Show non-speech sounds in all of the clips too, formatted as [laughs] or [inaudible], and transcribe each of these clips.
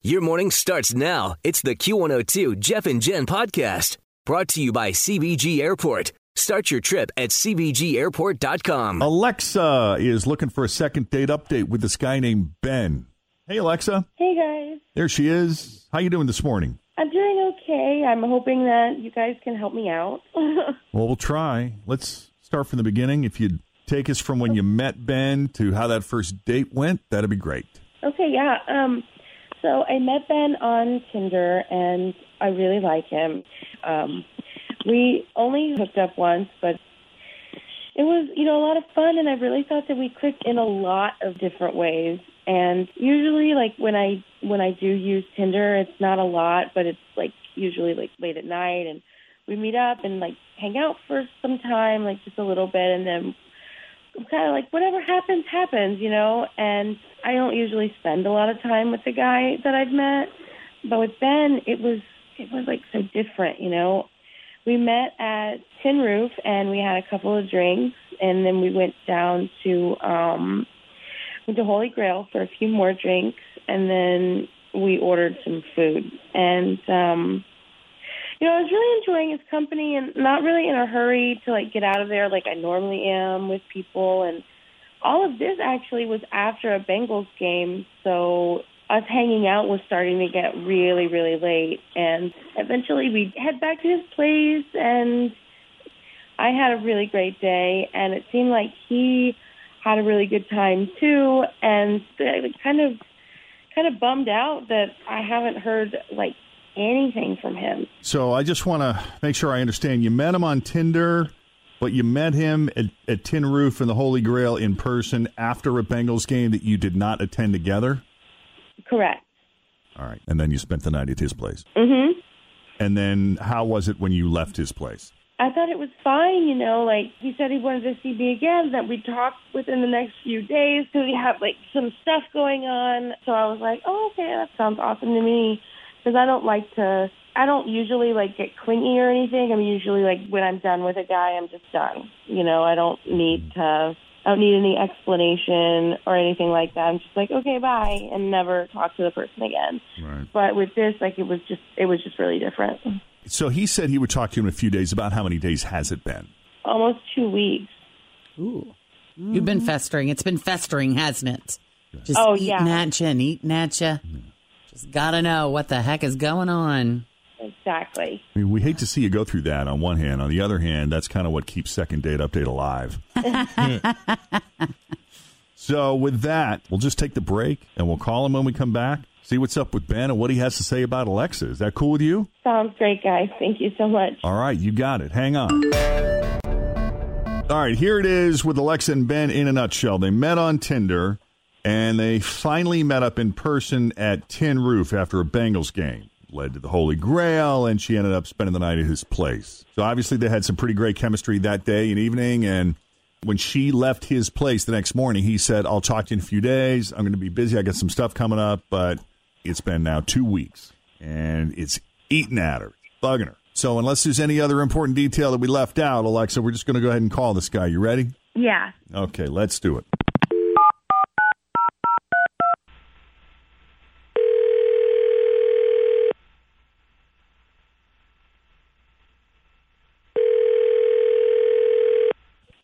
Your morning starts now. It's the Q102 Jeff and Jen podcast brought to you by CBG Airport. Start your trip at CBGAirport.com. Alexa is looking for a second date update with this guy named Ben. Hey, Alexa. Hey guys, There she is. How you doing this morning? I'm doing okay. I'm hoping that you guys can help me out. [laughs] Well, we'll try. Let's start from the beginning. If you'd take us from when you met Ben to how that first date went, that'd be great. okay, yeah. Um, so I met Ben on Tinder, and I really like him. Um, we only hooked up once, but it was you know a lot of fun, and I really thought that we clicked in a lot of different ways. And usually, like when I when I do use Tinder, it's not a lot, but it's like usually like late at night, and we meet up and like hang out for some time, like just a little bit, and then I'm kind of like whatever happens happens you know and i don't usually spend a lot of time with the guy that i've met but with ben it was it was like so different you know we met at tin roof and we had a couple of drinks and then we went down to um went to holy grail for a few more drinks and then we ordered some food and um you know, I was really enjoying his company and not really in a hurry to like get out of there like I normally am with people and all of this actually was after a Bengals game, so us hanging out was starting to get really, really late and eventually we head back to his place and I had a really great day and it seemed like he had a really good time too and I was kind of kind of bummed out that I haven't heard like anything from him. So I just want to make sure I understand. You met him on Tinder, but you met him at, at Tin Roof and the Holy Grail in person after a Bengals game that you did not attend together. Correct. All right. And then you spent the night at his place. hmm And then how was it when you left his place? I thought it was fine, you know. Like he said, he wanted to see me again. That we talked within the next few days because we have like some stuff going on. So I was like, oh, okay, that sounds awesome to me. Because I don't like to, I don't usually like get clingy or anything. I'm usually like when I'm done with a guy, I'm just done. You know, I don't need to, I don't need any explanation or anything like that. I'm just like, okay, bye, and never talk to the person again. Right. But with this, like it was just, it was just really different. So he said he would talk to you in a few days about how many days has it been? Almost two weeks. Ooh. You've Mm-hmm. been festering. It's been festering, hasn't it? Just Oh, eating yeah. at you and eating at you. Just gotta know what the heck is going on. Exactly. I mean, we hate to see you go through that on one hand. On the other hand, that's kind of what keeps Second Date Update alive. so, with that, we'll just take the break and we'll call him when we come back, see what's up with Ben and what he has to say about Alexa. Is that cool with you? Sounds great, guys. Thank you so much. All right, you got it. Hang on. All right, here it is with Alexa and Ben in a nutshell. They met on Tinder and they finally met up in person at Tin Roof after a Bengals game. Led to the Holy Grail, and she ended up spending the night at his place. So obviously, they had some pretty great chemistry that day and evening. And when she left his place the next morning, he said, I'll talk to you in a few days. I'm going to be busy. I got some stuff coming up, but it's been now two weeks and it's eating at her, bugging her. So, unless there's any other important detail that we left out, Alexa, we're just going to go ahead and call this guy. You ready? Yeah. Okay, let's do it.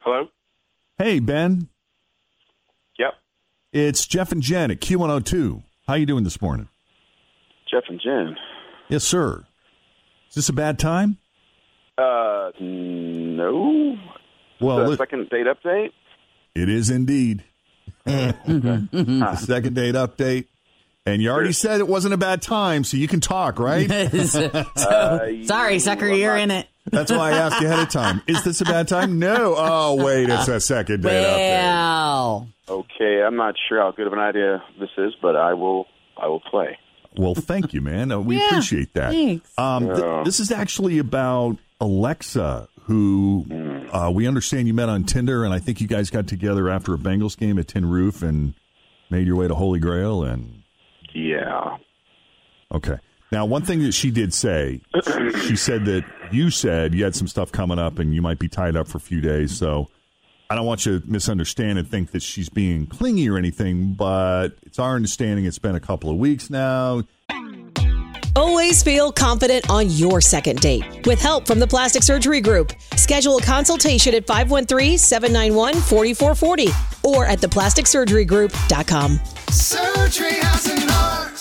Hello? Hey, Ben, Yep. it's Jeff and Jen at Q102. How you doing this morning? Jeff and Jen. Yes, sir. Is this a bad time? Uh, no. Well, Oh, the li- second date update? it is indeed. Mm-hmm. the second date update. And you already said it wasn't a bad time, so you can talk, right? [laughs] Uh, Sorry, sucker, you're in it. That's why I asked you ahead of time. Is this a bad time? No. Oh, wait, it's a second date update. Well, Okay, I'm not sure how good of an idea this is, but I will I will play. Well, thank you, man. Uh, we Yeah, appreciate that. thanks. Um, th- Yeah. this is actually about Alexa, who uh, we understand you met on Tinder, and I think you guys got together after a Bengals game at Tin Roof and made your way to Holy Grail. And Yeah. okay, now one thing that she did say, she said that you said you had some stuff coming up and you might be tied up for a few days. So I don't want you to misunderstand and think that she's being clingy or anything, but it's our understanding it's been a couple of weeks now. Always feel confident on your second date. With help from the Plastic Surgery Group, schedule a consultation at 513 791 4440 or at theplasticsurgerygroup.com. Surgery has an art.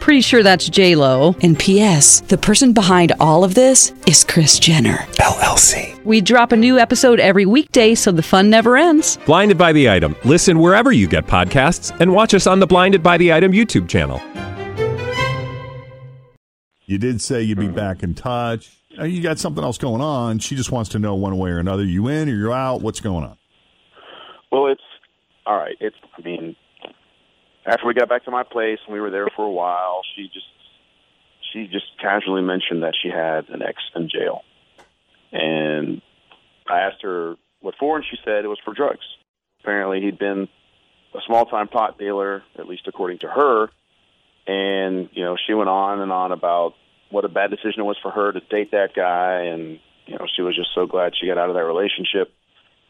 Pretty sure that's J Lo. And P.S. The person behind all of this is Chris Jenner. LLC. We drop a new episode every weekday, so the fun never ends. Blinded by the item. Listen wherever you get podcasts, and watch us on the Blinded by the Item YouTube channel. You did say you'd be back in touch. Uh, You got something else going on. She just wants to know one way or another. You in or you're out? What's going on? Well, it's all right. It's I mean, after we got back to my place and we were there for a while, she just she just casually mentioned that she had an ex in jail, and I asked her what for, and she said it was for drugs. Apparently, he'd been a small-time pot dealer, at least according to her, and you know she went on and on about what a bad decision it was for her to date that guy, and you know she was just so glad she got out of that relationship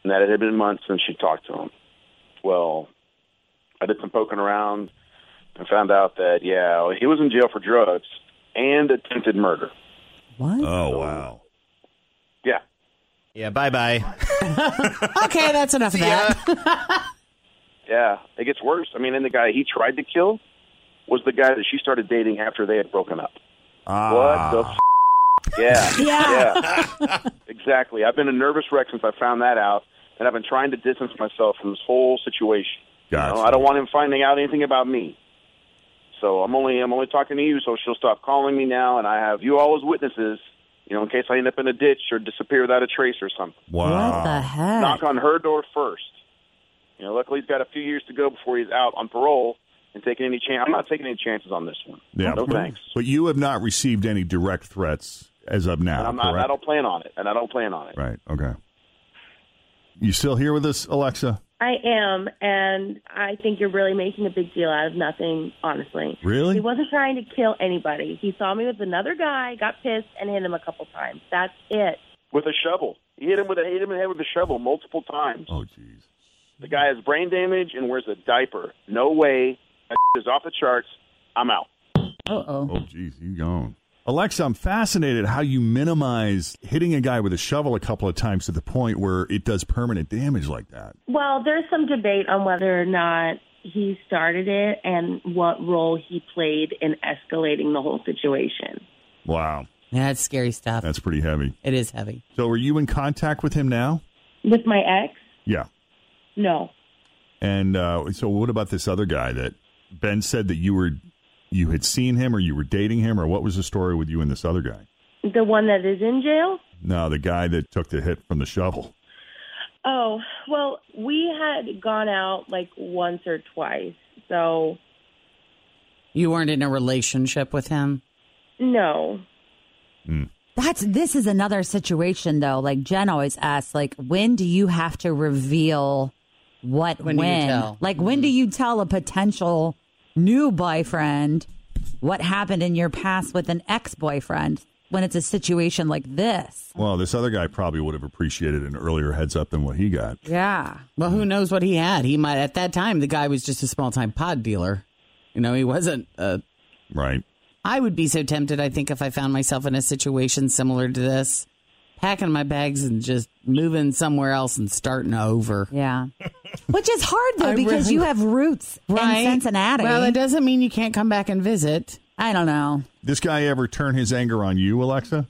and that it had been months since she talked to him. Well, I did some poking around and found out that yeah, he was in jail for drugs and attempted murder. What? Oh wow! Yeah, Yeah, bye bye. okay, that's enough of that. yeah, it gets worse. I mean, and the guy he tried to kill was the guy that she started dating after they had broken up. Ah, What the? F- yeah, yeah, exactly. I've been a nervous wreck since I found that out, and I've been trying to distance myself from this whole situation. You know, Gotcha. I don't want him finding out anything about me. So I'm only I'm only talking to you, so she'll stop calling me now, and I have you all as witnesses. You know, in case I end up in a ditch or disappear without a trace or something. What the wow! heck? Knock on her door first. You know, luckily he's got a few years to go before he's out on parole and taking any chance. I'm not taking any chances on this one. Yeah, no but, thanks. But you have not received any direct threats as of now, And I'm not, correct? I don't plan on it, and I don't plan on it. right? Okay. You still here with us, Alexa? I am, and I think you're really making a big deal out of nothing, honestly. Really? He wasn't trying to kill anybody. He saw me with another guy, got pissed, and hit him a couple times. That's it. With a shovel, he hit him with a, hit him in the head with a shovel multiple times. Oh, jeez. The guy has brain damage and wears a diaper. No way. That [laughs] is off the charts. I'm out. Uh oh. Oh, jeez. You gone. Alexa, I'm fascinated how you minimize hitting a guy with a shovel a couple of times to the point where it does permanent damage like that. Well, there's some debate on whether or not he started it and what role he played in escalating the whole situation. Wow, That's scary stuff. that's pretty heavy. it is heavy. So, are you in contact with him now? With my ex? Yeah. No. And uh, so, what about this other guy that Ben said that you were, you had seen him or you were dating him or what was the story with you and this other guy? The one that is in jail? No, the guy that took the hit from the shovel. Oh, well, we had gone out like once or twice. So, You weren't in a relationship with him. no. That's this is another situation though. Like Jen always asks, like when do you have to reveal what When when? do you tell? Like when do you tell a potential new boyfriend what happened in your past with an ex boyfriend when it's a situation like this? Well, this other guy probably would have appreciated an earlier heads up than what he got. Yeah. Well, who knows what he had? He might at that time the guy was just a small time pod dealer. You know, he wasn't. Uh, Right. I would be so tempted. I think if I found myself in a situation similar to this, packing my bags and just moving somewhere else and starting over. Yeah. Which is hard though I because really- you have roots in Cincinnati. Well, it doesn't mean you can't come back and visit. I don't know. This guy ever turn his anger on you, Alexa?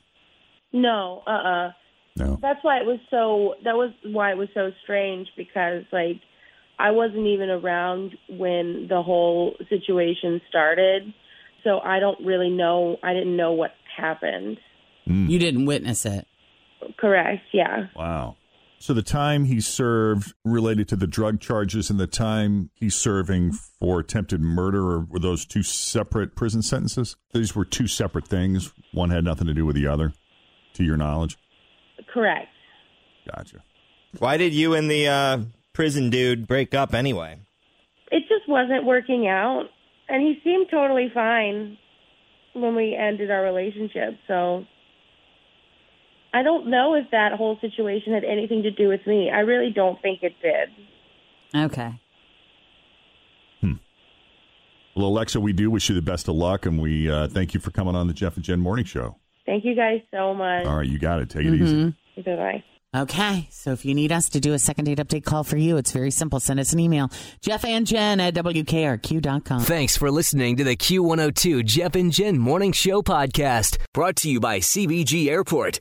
No, uh uh No. That's why it was so, that was why it was so strange because, like, I wasn't even around when the whole situation started, so I don't really know. I didn't know what happened. You didn't witness it. Correct. Yeah. Wow. So the time he served related to the drug charges and the time he's serving for attempted murder or were those two separate prison sentences? These were two separate things. One had nothing to do with the other, to your knowledge. Correct. Gotcha. Why did you and the uh, prison dude break up anyway? It just wasn't working out, and he seemed totally fine when we ended our relationship. So I don't know if that whole situation had anything to do with me. I really don't think it did. Okay. Well, Alexa, we do wish you the best of luck, and we uh, thank you for coming on the Jeff and Jen Morning Show. Thank you guys so much. All right, you got it. Take it easy. Bye bye. Okay, so if you need us to do a second date update call for you, it's very simple. Send us an email, Jeff and Jen at WKRQ.com. Thanks for listening to the Q102 Jeff and Jen Morning Show podcast, brought to you by CBG Airport.